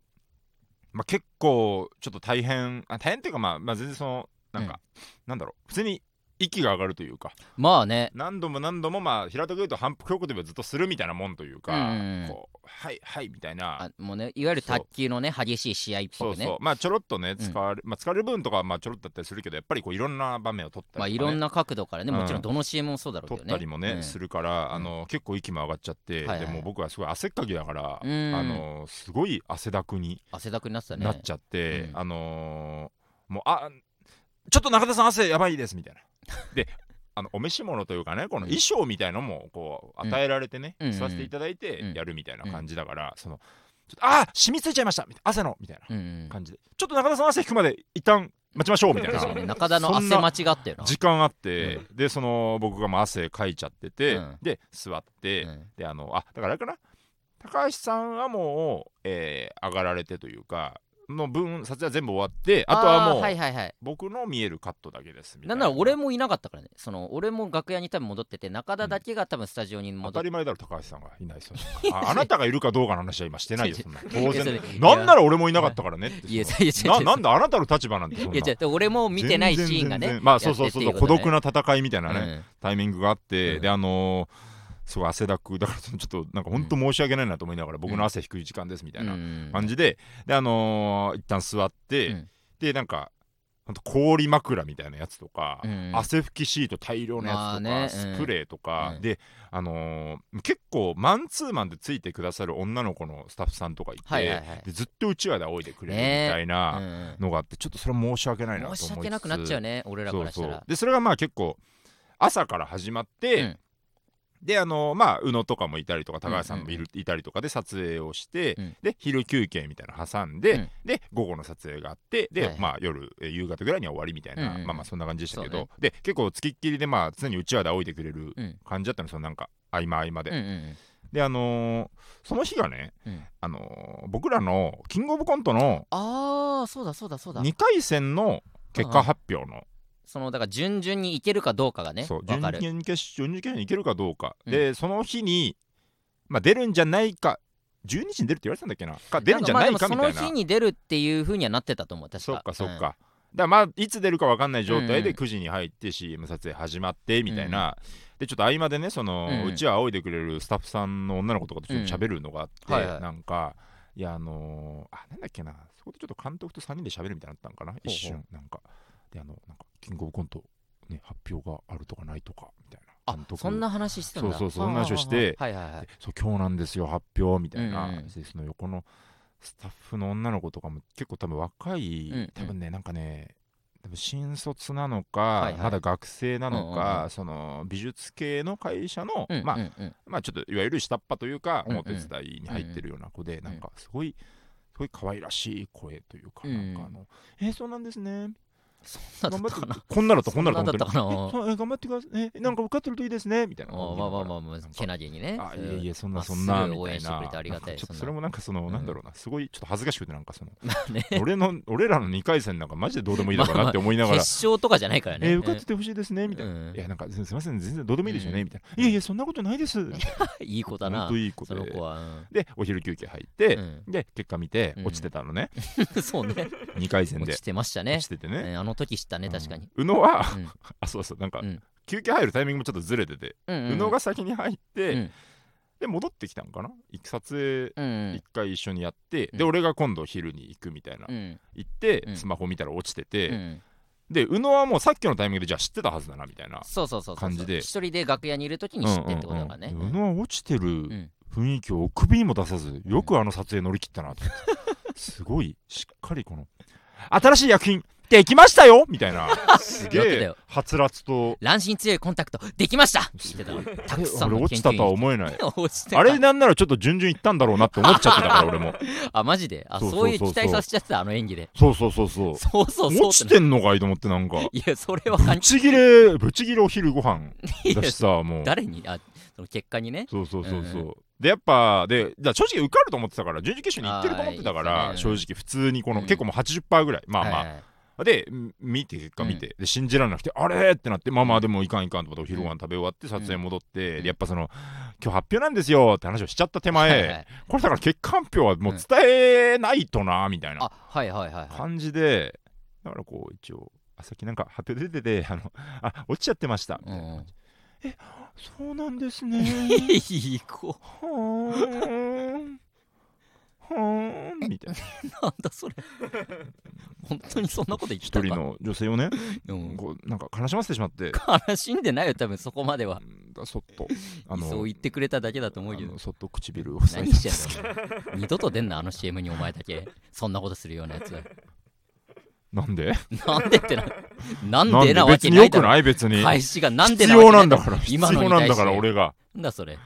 S2: まあ、結構ちょっと大変あ大変っていうか、まあ、まあ全然そのなんか、なんだろう普通に息が上がるというか
S1: まあね
S2: 何度も何度もまあ平たく言うと反復横跳びをずっとするみたいなもんというか、
S1: うん
S2: こうはいはいみたいな
S1: あもうねいわゆる卓球のね激しい試合っ
S2: そ
S1: ぽ
S2: う
S1: く
S2: そう、
S1: ね
S2: まあちょろっとね使われ、まあ、使われる分とかはまあちょろっとだったりするけどやっぱりこういろんな場面を取ったりと
S1: まあ
S2: か、ね
S1: いろんな角度からね
S2: うん
S1: もちろんどの CM もそうだろうけ
S2: 取
S1: ど
S2: っ
S1: ね
S2: たりもね、
S1: うん
S2: するからあの結構息も上がっちゃって、
S1: はいはい
S2: でもう僕はすごい汗っかきだから、
S1: うん
S2: あのすごい汗だくに
S1: 汗だくになってたね
S2: なっちゃって、
S1: うん
S2: あのーもうあちょっと中田さん汗やばいですみ たいな。であのお召し物というかねこの衣装みたいのもこう
S1: うん
S2: 与えられてね、
S1: うん
S2: させていただいて
S1: うん
S2: やるみたいな感じだから、そのちょっとあー染みついちゃいましたみたいな汗のみたいな
S1: うんうん
S2: 感じで、ちょっと中田さん汗引くまで一旦待ちましょうみたい
S1: 確かに
S2: な
S1: ね中田の
S2: そんな
S1: 汗待ちがあったよな
S2: 時間あって、でその僕がもう汗かいちゃってて、
S1: うん
S2: で座って、
S1: うん
S2: であのあだからあれかな高橋さんはもう、えー上がられてというかの分撮影は全部終わってあとはも
S1: ー
S2: う、
S1: はいはいはい
S2: 僕の見えるカットだけですみた
S1: ないん
S2: な
S1: なら俺もいなかったからねその俺も楽屋に多分戻ってて中田だけが多分スタジオに戻
S2: 当
S1: って
S2: たり前だろ高橋さんがいないそんなああなたがいるかどうかの話は今してないよそんな当
S1: いやそれ
S2: 然
S1: いや
S2: なんなら俺もいなかったからねって
S1: いやい
S2: そ
S1: やいや違う
S2: の
S1: 違う
S2: ななんだあなたの立場なんてそん
S1: い
S2: な
S1: や違う俺も見てないシーンが
S2: 全然全
S1: ね
S2: 然まあそうそうそう
S1: や
S2: そ
S1: っ
S2: う
S1: てってい
S2: 孤
S1: ことね
S2: 独な戦いみたいなね、
S1: うん
S2: タイミングがあって、
S1: うん
S2: であのーすごい汗だくだからちょっとなんか本当申し訳ないなと思いながら、僕の汗引く時間ですみたいな
S1: うん
S2: 感じで、であのー一旦座って、
S1: うん
S2: でなんかほんと氷枕みたいなやつとか、
S1: うん
S2: 汗拭きシート大量のやつと
S1: まあ
S2: か、
S1: ねうん
S2: スプレーとか、
S1: うん
S2: であのー結構マンツーマンでついてくださる女の子のスタッフさんとかいて、
S1: はいはいはい
S2: でずっとうちわで仰いでくれるみたいな。
S1: うん
S2: のがあってちょっとそれは申し訳ないなと思い
S1: 申
S2: つ
S1: し訳なくなっちゃうね俺らか
S2: そう
S1: らし
S2: そ
S1: た
S2: う
S1: ら
S2: でそれがまあ結構朝から始まって、
S1: うん
S2: であのまあ宇野とかもいたりとか高橋さんもい
S1: うん
S2: る、いたりとかで撮影をして、
S1: うん
S2: で昼休憩みたいなの挟んで、
S1: うん
S2: で午後の撮影があってで、
S1: はいはい
S2: まあ夜えー夕方ぐらいには終わりみたいな、
S1: うんうん
S2: まあまあそんな感じでしたけど、
S1: そうね
S2: で結構つきっきりでまあ常にうちわで仰いでくれる
S1: うん
S2: 感じだったのそのなんか合間合間で、
S1: うんうん
S2: であのーその日がね、
S1: うん
S2: あのー僕らのキングオブコントの
S1: ああそうだそうだそうだ
S2: 2回戦の結果発表の
S1: そのだから順々にいけるかどうかがね
S2: そう準
S1: 分か
S2: 々
S1: る
S2: 決勝準々決勝に行けるかどうか、
S1: うん
S2: でその日に、まあ、出るんじゃないか12時に出るって言われてたんだっけなか出るんじゃないかみた
S1: んかまあ
S2: い
S1: でもその日
S2: な
S1: に出るっていうふうにはなってたと思う確か
S2: そっかそっか、
S1: ん
S2: だからまあいつ出るかわかんない状態
S1: うんう
S2: で
S1: ん
S2: 9時に入って CM 撮影始まってみたいな、でちょっと合間でねその、
S1: う
S2: うんちは仰いでくれるスタッフさんの女の子とかとちょっと喋るのがあって、
S1: うんはいはい
S2: なんかいやあのーあなんだっけなそこでちょっと監督と3人で喋るみたいになったのかな
S1: う
S2: 一瞬なんかであのなんかキングオブコント、ね、発表があるとかないとかみたいな
S1: あそんな話してたんだ
S2: そうそうそうそんな話をして
S1: はいはいはい
S2: でそう今日なんですよ発表みたいな、
S1: うんうん
S2: でその横のスタッフの女の子とかも結構多分若い、
S1: うんうん
S2: 多分ねなんかね多分新卒なのか、
S1: いはい
S2: まだ学生なのか、
S1: うんうんう
S2: その美術系の会社の、
S1: うん
S2: ま
S1: う
S2: あ
S1: んうん
S2: まあちょっといわゆる下っ端というか、
S1: うんうん
S2: お手伝いに入ってるような子で、なんかすごいすごい可愛らしい声というか、
S1: うん
S2: なんかあのえーそうなんですね
S1: そんな
S2: 頑
S1: だっ
S2: 張ったて
S1: かな
S2: こんなのとこんなのと
S1: そんなだったかな
S2: 本当にえそうえー頑張ってくださいえなんか受かってるといいですねみたいな
S1: まあまあまあまあまあ
S2: なんか
S1: けなげにね
S2: あいやいやそん
S1: ま
S2: な
S1: あ
S2: そんな
S1: す
S2: み
S1: ぐ応
S2: た
S1: 援
S2: い
S1: してくれ
S2: な
S1: てありがたい
S2: なんかちょっと
S1: そんな
S2: それもなんかそのなんだろうなすごいちょっと恥ずかしくてなんかその
S1: まあね
S2: 俺の俺らの2回戦なんかマジでどうでもいいだろう なって思いなが
S1: 決
S2: ら
S1: 勝とかじゃないからね
S2: えー受かっててほしいですねみたい
S1: うん
S2: ないやなんかすみません全然どうでもいいですよ
S1: う
S2: ね
S1: ん
S2: みたいないやいやそんなことないですみたい
S1: いい子だ
S2: な
S1: な
S2: 本当いいこ
S1: そ
S2: と
S1: の
S2: で
S1: 子は
S2: でお昼休憩入って
S1: うん
S2: で結果見て
S1: うん
S2: 落ちてたのね
S1: うんそうね
S2: 2回戦
S1: 落
S2: で
S1: ちてましたね
S2: 落ちててね
S1: うんあの時知ったね
S2: うん
S1: 確かに
S2: 宇野は
S1: うん
S2: あそうそうなんか
S1: うん
S2: 休憩入るタイミングもちょっとずれてて宇
S1: 宇
S2: 野が先に入っ
S1: う
S2: て
S1: ん
S2: で戻ってきたのかな撮影
S1: うんうん
S2: 一回一緒にやって、
S1: うん
S2: で俺が今度昼に行くみたいな、
S1: うん
S2: 行って、
S1: うん
S2: スマホ見たら落ちてて、
S1: うん
S2: で宇野はもうさっきのタイミングでじゃあ知ってたはずだなみたいな
S1: そうそうそうそう
S2: 感じで
S1: 一人で楽屋にいる時に知ってってことだからね
S2: うんうんうんで宇野は落ちてる
S1: ん
S2: 雰囲気を首にも出さずよくあの撮影乗り切ったなと 思って、すごいしっかりこの新しい薬品できましたよみたいなすげ
S1: やってた
S2: え
S1: よ
S2: はつらつと
S1: 乱心強いコンタクトできました
S2: す
S1: 言
S2: ご
S1: って
S2: い
S1: たわたくさん
S2: 俺
S1: の
S2: 落
S1: 研
S2: ちた
S1: 究
S2: とは
S1: 員
S2: 思 えない
S1: 落ちてた
S2: あれなんならちょっと順々いったんだろうなって思っちゃってたから俺も
S1: あマジであ
S2: そうそう
S1: そ
S2: そうう
S1: いう期待させちゃってたあの演技で
S2: そうそうそうそう
S1: そうそうそう
S2: 落ちてんのかいと思ってなんか
S1: いやそれは関
S2: ぶち切れぶち切れお昼ご飯
S1: 係な
S2: だ
S1: い
S2: しさもう
S1: 誰にあその結果にね
S2: そうそうそうそう、
S1: うん
S2: でやっぱでだから正直受かると思ってたから準々決勝に行ってると思ってたか
S1: あー
S2: ら、
S1: いいです
S2: 正
S1: ね
S2: 直普通にこの、
S1: うん
S2: 結構もう80%ぐらいまあまあ、
S1: はいはい
S2: でん見て結果見て、で信じられなくてあれってなってまあまあでもいかんいかんと思ってお昼ご飯食べ終わって撮影戻って、
S1: うん
S2: でやっぱその今日発表なんですよって話をしちゃった手前、
S1: はいはい
S2: これだから結果発表はもう伝えないとなみたいな
S1: あはいはいはいはい
S2: 感じで、だからこう一応あさっきなんか発表出ててあのあ落ちちゃってましたみたいな感じ、そうなんですね
S1: いい子
S2: はーんはーん みたいな
S1: なんだそれ本当にそんなこと言っ
S2: 一
S1: てた
S2: 人
S1: か
S2: の女性をね
S1: うん
S2: こうなんか悲しませてしまって
S1: 悲しんでないよ多分そこまでは
S2: うんそっ と
S1: そう言ってくれただけだと思うけ
S2: あ
S1: ど
S2: のそっと唇を塞い
S1: 何
S2: で
S1: してんだよお前 二度と出んなあの CM にお前だけそんなことするよう なやつ
S2: なんで
S1: なんでってななん
S2: なん
S1: で
S2: で
S1: なわ
S2: 別
S1: け
S2: に
S1: ない
S2: よ
S1: だ
S2: く
S1: ろ
S2: ない別に
S1: 返しがなんでな
S2: 必
S1: わけい
S2: 要なんだから必
S1: 今のに
S2: 要
S1: 対して
S2: なんだから俺が
S1: なんだそれ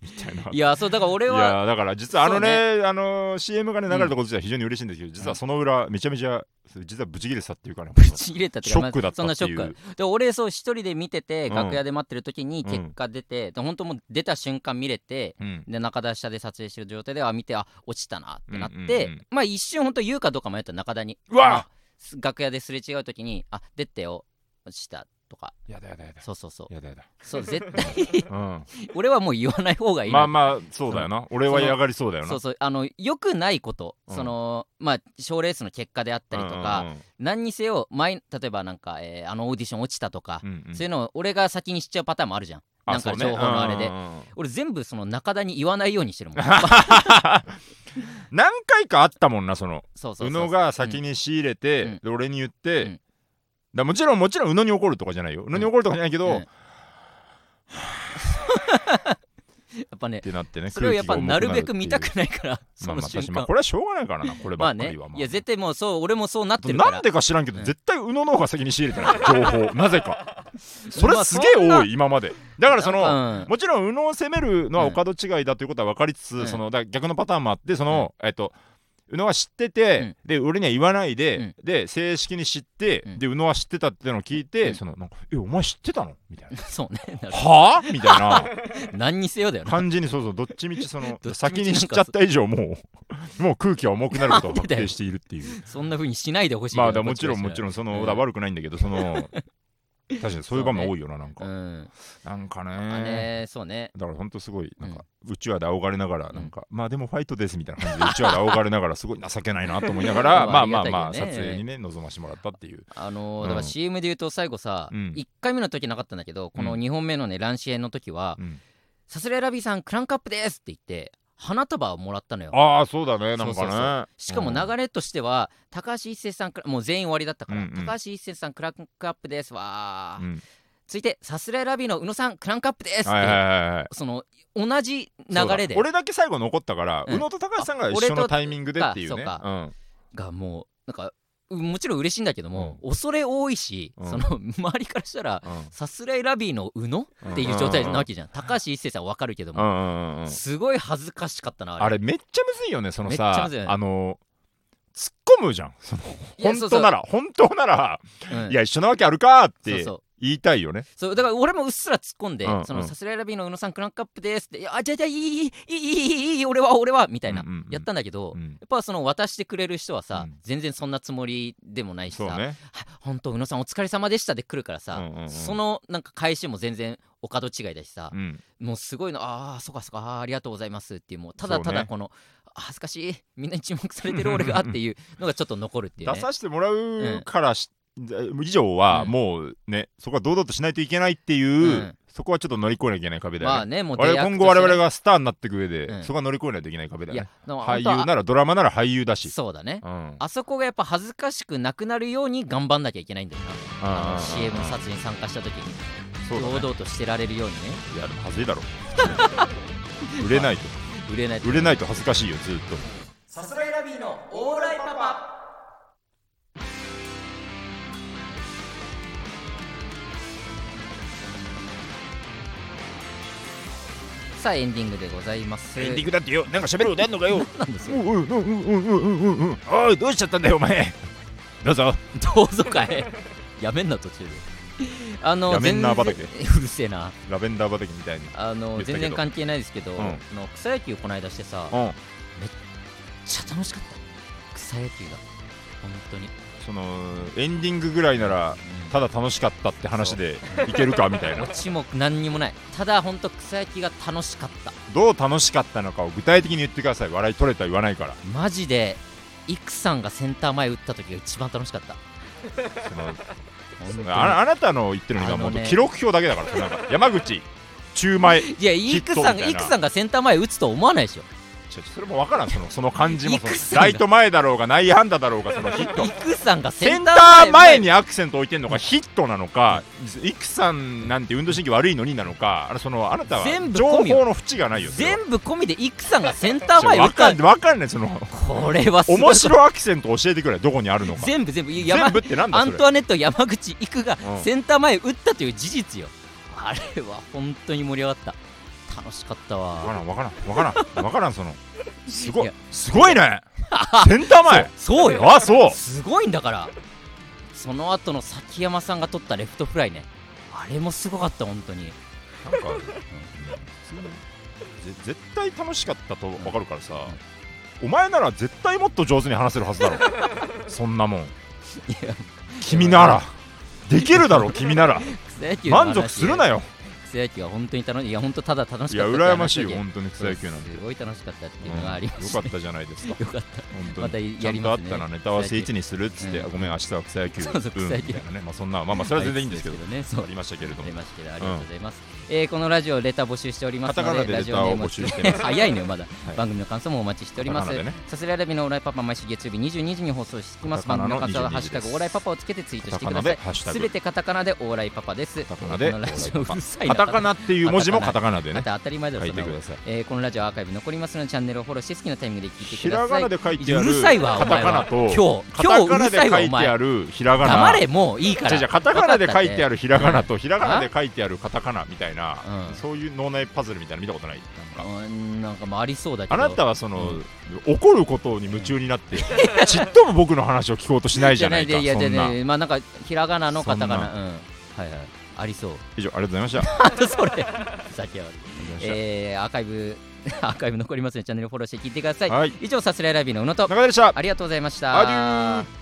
S2: みたいない
S1: やそうだから俺
S2: い
S1: は
S2: やだから実はあの
S1: そ
S2: ねあのー CM がね
S1: うん
S2: 流れたこと自体は非常に嬉しいんですけど、実はその裏めちゃめちゃ実はブチギレさっていうかね
S1: ぶち入れたって
S2: シ
S1: いうか
S2: ョックだった
S1: まあ
S2: って
S1: そん
S2: い
S1: なショ
S2: う
S1: ックで俺そう一人で見てて
S2: うん
S1: 楽屋で待ってる時に
S2: うん
S1: 結果出て、で本当もう出た瞬間見れて
S2: うん
S1: で中田下で撮影してる状態では見てあ落ちたなってなって、
S2: うんうんうん
S1: まあ一瞬本当言うかどうか迷った中田に
S2: うわ
S1: あのす楽屋ですれ違う時にあ出てよ落ちたとか
S2: やだやだやだ
S1: そうそうそう
S2: やだやだ、
S1: そう絶対
S2: うん、
S1: 俺はもう言わない方がいいな
S2: まあまあそうだよな俺は嫌がりそうだよな
S1: そうそうあの良くないこと、
S2: うん
S1: そのまあ賞レースの結果であったりとか、何にせよ前例えばなんか、えーあのオーディション落ちたとか、
S2: うんうんうんうん
S1: そういうのを俺が先に知っちゃうパターンもあるじゃんなんか
S2: そうね
S1: 情報のあれで
S2: うんうんうん
S1: 俺全部その中田に言わないようにしてるも ん
S2: 何回かあったもんなその
S1: そうそうそう
S2: 宇野が先に仕入れて、
S1: うん
S2: で俺に言っ
S1: う
S2: て、
S1: ん
S2: だからもちろんもちろん宇野に怒るとかじゃないよ宇野に怒るとかじゃないけど、
S1: うん
S2: っ
S1: やっぱね
S2: てなってね
S1: それをやっぱ
S2: 空気
S1: な
S2: が重
S1: るべく
S2: なるっていう
S1: 見たくないからそ
S2: まあ
S1: の
S2: まあ
S1: 瞬
S2: 確かにまあ
S1: 間
S2: これはしょうがないからなこ
S1: ま
S2: れば
S1: あ
S2: っかり
S1: ね
S2: は、まあ
S1: いや絶対もうそう俺もそうなってるか
S2: なん
S1: ら
S2: でか知らんけど、
S1: うん
S2: 絶対宇野の方が先に仕入れてない情報 なぜかそれすげえ
S1: まあそ
S2: 多
S1: んない
S2: 今までだからその、
S1: なんか
S2: もちろん宇野を責めるのはお門違いだということは分かりつつ、
S1: うん
S2: そのだから逆のパターンもあってその、えっと宇野は知ってて、で俺には言わないで、で正式に知って、
S1: うん
S2: で宇野は知ってたってのを聞いて、
S1: うん
S2: そのなんかえお前知ってたのみたい
S1: うん
S2: な
S1: そうねだか
S2: はあみたいな
S1: ら何にせよだよな
S2: 感じにそうそうどっちみちその
S1: どっちみち
S2: 先に知っちゃった以上も うもう空気は重くなることを確定しているっていう
S1: そんな風にしないでほしい
S2: まあだからもちろんもちろ
S1: ん
S2: んそ
S1: うん
S2: の、だから悪くないんだけどその確かにそういう場面多いよななんか、
S1: うん
S2: なんかね
S1: あれそうね
S2: だからほんとすごいなんか、うちわで仰がれながらなんか、まあでもファイトですみたいな感じでうちわで仰がれながらすごい情けないなと思いながら
S1: ま
S2: ま
S1: あ
S2: あまあま
S1: あ
S2: あ
S1: りが
S2: 撮
S1: たいよね
S2: 影にね臨ましてもらったっていう
S1: あのー
S2: うん
S1: だから CM で言うと最後さ、
S2: うん
S1: 1回目の時なかったんだけどこの
S2: うん
S1: 2本目のね乱視炎の時は
S2: うん
S1: 「さすらいラビーさんクランクアップです!」って言って花束をもらったのよ
S2: ああそうだねなん
S1: そうそう
S2: かね
S1: しかも流れとしては、高橋一生さんからもう全員終わりだったから、
S2: うんうん
S1: 高橋一生さんクランクアップですわー、
S2: うん
S1: 続いてさすらいラビーの宇野さんクランクアップですって、
S2: はいはいはいはい
S1: その同じ
S2: そうだ
S1: 流れで
S2: 俺だけ最後残ったから
S1: うん
S2: 宇野と高橋さんが
S1: あ
S2: 一
S1: 俺
S2: 緒
S1: と
S2: のタイミングでっていうね
S1: かそう
S2: うん
S1: がもうなんかうもちろん嬉しいんだけども、恐れ多いし、
S2: うん
S1: その周りからしたら
S2: うん
S1: さすらいラビーの宇野っていう状態なわけじゃん、高橋一生さんわかるけど
S2: う
S1: も、
S2: んうんうんうん
S1: すごい恥ずかしかったなあれ
S2: あれめっちゃむずいよねその
S1: めっちゃ
S2: さ
S1: むずいよね
S2: あの突っ込むじゃんその
S1: いや
S2: 本当なら本当なら
S1: そうそううん
S2: いや一緒なわけあるかっ
S1: そう
S2: て
S1: そう
S2: 言いたいよね
S1: そうだから俺もうっすら突っ込んで
S2: うんう
S1: 「
S2: ん
S1: そのさすらいラビーの宇野さんクランクアップです」って「いやあじゃあじゃあいいいいいいいいいいい俺は俺は」みたいな
S2: うんうんうん
S1: やったんだけど
S2: う
S1: や
S2: ん
S1: っぱその渡してくれる人はさ
S2: うん
S1: 全然そんなつもりでもないし
S2: そう
S1: さ
S2: ね
S1: 「本当宇野さんお疲れ様でした」で来るから
S2: うんうんう
S1: さ
S2: ん
S1: そのなんか返しも全然お門違いだしさ
S2: うん
S1: もうすごいの「ああそうかそうかあーありがとうございます」っていうもうただただ
S2: そうね
S1: この「あ恥ずかしいみんなに注目されてる俺が」っていうのがちょっと残るっていう
S2: 出
S1: ね。
S2: させてもらうんうからし以上は
S1: うん
S2: もうねそこは堂々としないといけないって
S1: う
S2: いうんそこはちょっと乗り越えなきゃいけない壁だ
S1: ま
S2: よ
S1: あ
S2: ね
S1: ねもう
S2: 我々
S1: 出役
S2: 今後
S1: として
S2: 我
S1: ね
S2: 々がスターになっていく上
S1: うん
S2: でそこは乗り越えないといけない壁だ
S1: い
S2: よ
S1: や
S2: ね
S1: でも
S2: 俳
S1: 本当は
S2: 優ならドラマなら俳優だし
S1: そうだね
S2: うんうん
S1: あそこがやっぱ恥ずかしくなくなるように頑張んなきゃいけないんだよな、あの CM の撮影に参加した時に
S2: そうだね
S1: 堂々としてられるようにね
S2: いやでも恥ずいだろ売れないと
S1: 売れないと
S2: 売れないと恥ずかしいよずっと
S1: さすらいラビーのオーライパパさあエンディングでございます
S3: エンディングだってよなんか喋ることあんのかよ
S1: なんです
S2: う
S1: よ
S2: んうんうんうんうんうんうんうん
S3: おいどうしちゃったんだよお前どうぞ
S1: どうぞかいやめんな途中であの
S2: やめんな
S1: 全然 うるせえな
S2: ラベンダー畑みたいに
S1: あの
S2: 言ったけ
S1: 全
S2: ど
S1: 然関係ないですけど、あ
S2: ん
S1: の草野球この間してさ、めっ
S2: うん
S1: ちゃ楽しかった草野球が本当に、
S2: そのエンディングぐらいならただ楽しかったって話でいけるかみたいな
S1: うちも何にもないただ本当草野球が楽しかった
S2: どう楽しかったのかを具体的に言ってください笑い取れた言わないから
S1: マジでイクさんがセンター前打った時が一番楽しかった
S2: その
S1: 本当に
S2: ああなたの言ってるのがも
S1: あの
S2: う
S1: ね
S2: 記録表だけだからなんか山口 中前ちょ
S1: いやイクさん
S2: ヒットみ
S1: が
S2: たい
S1: イ
S2: な
S1: クさんがセンター前打つとは思わないでしょ
S2: ちょそれもわからんそのその感じもその
S1: いくつだ
S2: ライト前だろうが内野安打だろうがそのヒット
S1: イクさんが セ
S2: セ
S1: ン
S2: ン
S1: タ
S2: タ
S1: ー前
S2: ー前にアクセント置いてんのがヒットなのか、イクさんなんて運動神経悪いのになのか、あれそのあなた
S1: 全
S2: は
S1: 部
S2: 情
S1: 込みよ
S2: 報の縁がないよ。それは
S1: 全部込みでイクさんがセンター前
S2: ちょ
S1: 打
S2: わ
S1: っ
S2: か
S1: た
S2: んない、わかんない、その
S1: これはすごい
S2: 面白アクセント教えてくれ、どこにあるのか。
S1: 全部全部いや
S2: 全
S1: 山
S2: 部ってなんだ
S1: ア
S2: そ
S1: ン
S2: れ
S1: ト。ワネット山口育が
S2: うん
S1: センター前打ったという事実よ、あれは本当に盛り上がった楽しかった
S2: わか
S1: わ
S2: らん、わからん、わからん、わからん、その。すご
S1: い
S2: い
S1: や、
S2: すご いね。センター前。
S1: そうよ
S2: あ、そう。
S1: すごいんだからその後の崎山さんが取ったレフトフライねあれもすごかった本当に
S2: なんか、うんぜ絶対楽しかったとわかるからさ。お前なら絶対もっと上手に話せるは ずだろそんなもん
S1: いや
S2: 君ならできるだろ君なら
S1: 草野球の話
S2: 満足するなよ
S1: 草野球は本当に楽しいいや本当ただ楽し
S2: い
S1: か
S2: や
S1: った
S2: 羨ましいよ
S1: よ
S2: 本当に草野球なんて、
S1: すごい楽しかったって
S2: う
S1: い
S2: ん
S1: うのがありま
S2: よ
S1: し
S2: か
S1: た、
S2: ったじゃないですか
S1: よかったま
S2: 本
S1: た
S2: 当に
S1: やりますね
S2: ちゃんとあったなネタは聖地にするっつって、
S1: うん
S2: あごめん明日は草野球
S1: そうそう
S2: うん
S1: 草野球
S2: みたいなねまあそんなまあまあそれは全然いいんですけど
S1: あいつねそう
S2: ありましたけれども
S1: 出ましたけどありがとうございます、えーこのラジオレター募集しておりますので
S2: カタカナで
S1: ラジオネーム
S2: レターを募集してます
S1: 早いねまだ、
S2: はい
S1: 番組の感想もお待ちしております
S2: カタカナでね
S1: さすらいラビのオーライパパ毎週月曜日22時に放送しています
S2: カタ
S1: 番
S2: カナ
S1: 組の感想
S2: の
S1: は「ハッシュタ
S2: 22
S1: グオーライパパ」をつけてツイートしてくだ
S2: カタカナ
S1: さ
S2: でハッシュタ
S1: い
S2: グ
S1: すべてカタカナでオーライパパです
S2: カタカナで
S1: このラジオうるさいな
S2: カタカナっていう文字もカタカナで
S1: ま
S2: ね
S1: た当たり前だろ
S2: 書いて
S1: そん
S2: く
S1: な
S2: だ
S1: の
S2: さい
S1: えーこのラジオはアーカイブ残りますのでチャンネルをフォローして好きなタイミングで聞いて
S2: ひ
S1: くださ
S2: ら
S1: い
S2: がなで書いてあ
S1: う
S2: る
S1: るさいわお
S2: カ
S1: 前
S2: タカ
S1: は
S2: ナと
S1: 今日
S2: カ
S1: 今日
S2: タ
S1: う
S2: カ
S1: る
S2: ナで
S1: さいわ
S2: 書
S1: お
S2: いてあ
S1: 前
S2: るひらがな
S1: 黙れもういいから
S2: じゃじゃカタカナで書いてあ
S1: る
S2: るひらがなとひらがな
S1: う
S2: で
S1: ん
S2: 書いてあるカタカナみたいな、
S1: うん
S2: そういう脳内パズルみたいなの見たことないなんか
S1: なんかもありそうだけど
S2: あなたはその、
S1: うん
S2: 怒ることに夢中になって、ちっとも僕の話を聞こうとしないじゃないか
S1: や
S2: そ
S1: や
S2: んな
S1: まあなんかひらがなのカタカナ
S2: そん
S1: うんはいはいあり そう
S2: 以上ありがとうございました
S1: あとそれふざけやがって
S2: え
S1: えーアーカイブ アーカイブ残りますのでチャンネルフォローして聞いてください
S2: はい
S1: 以上さすらいラビーの宇野と
S2: 中田でした
S1: ありがとうございまし
S2: アデ
S1: た
S2: ュー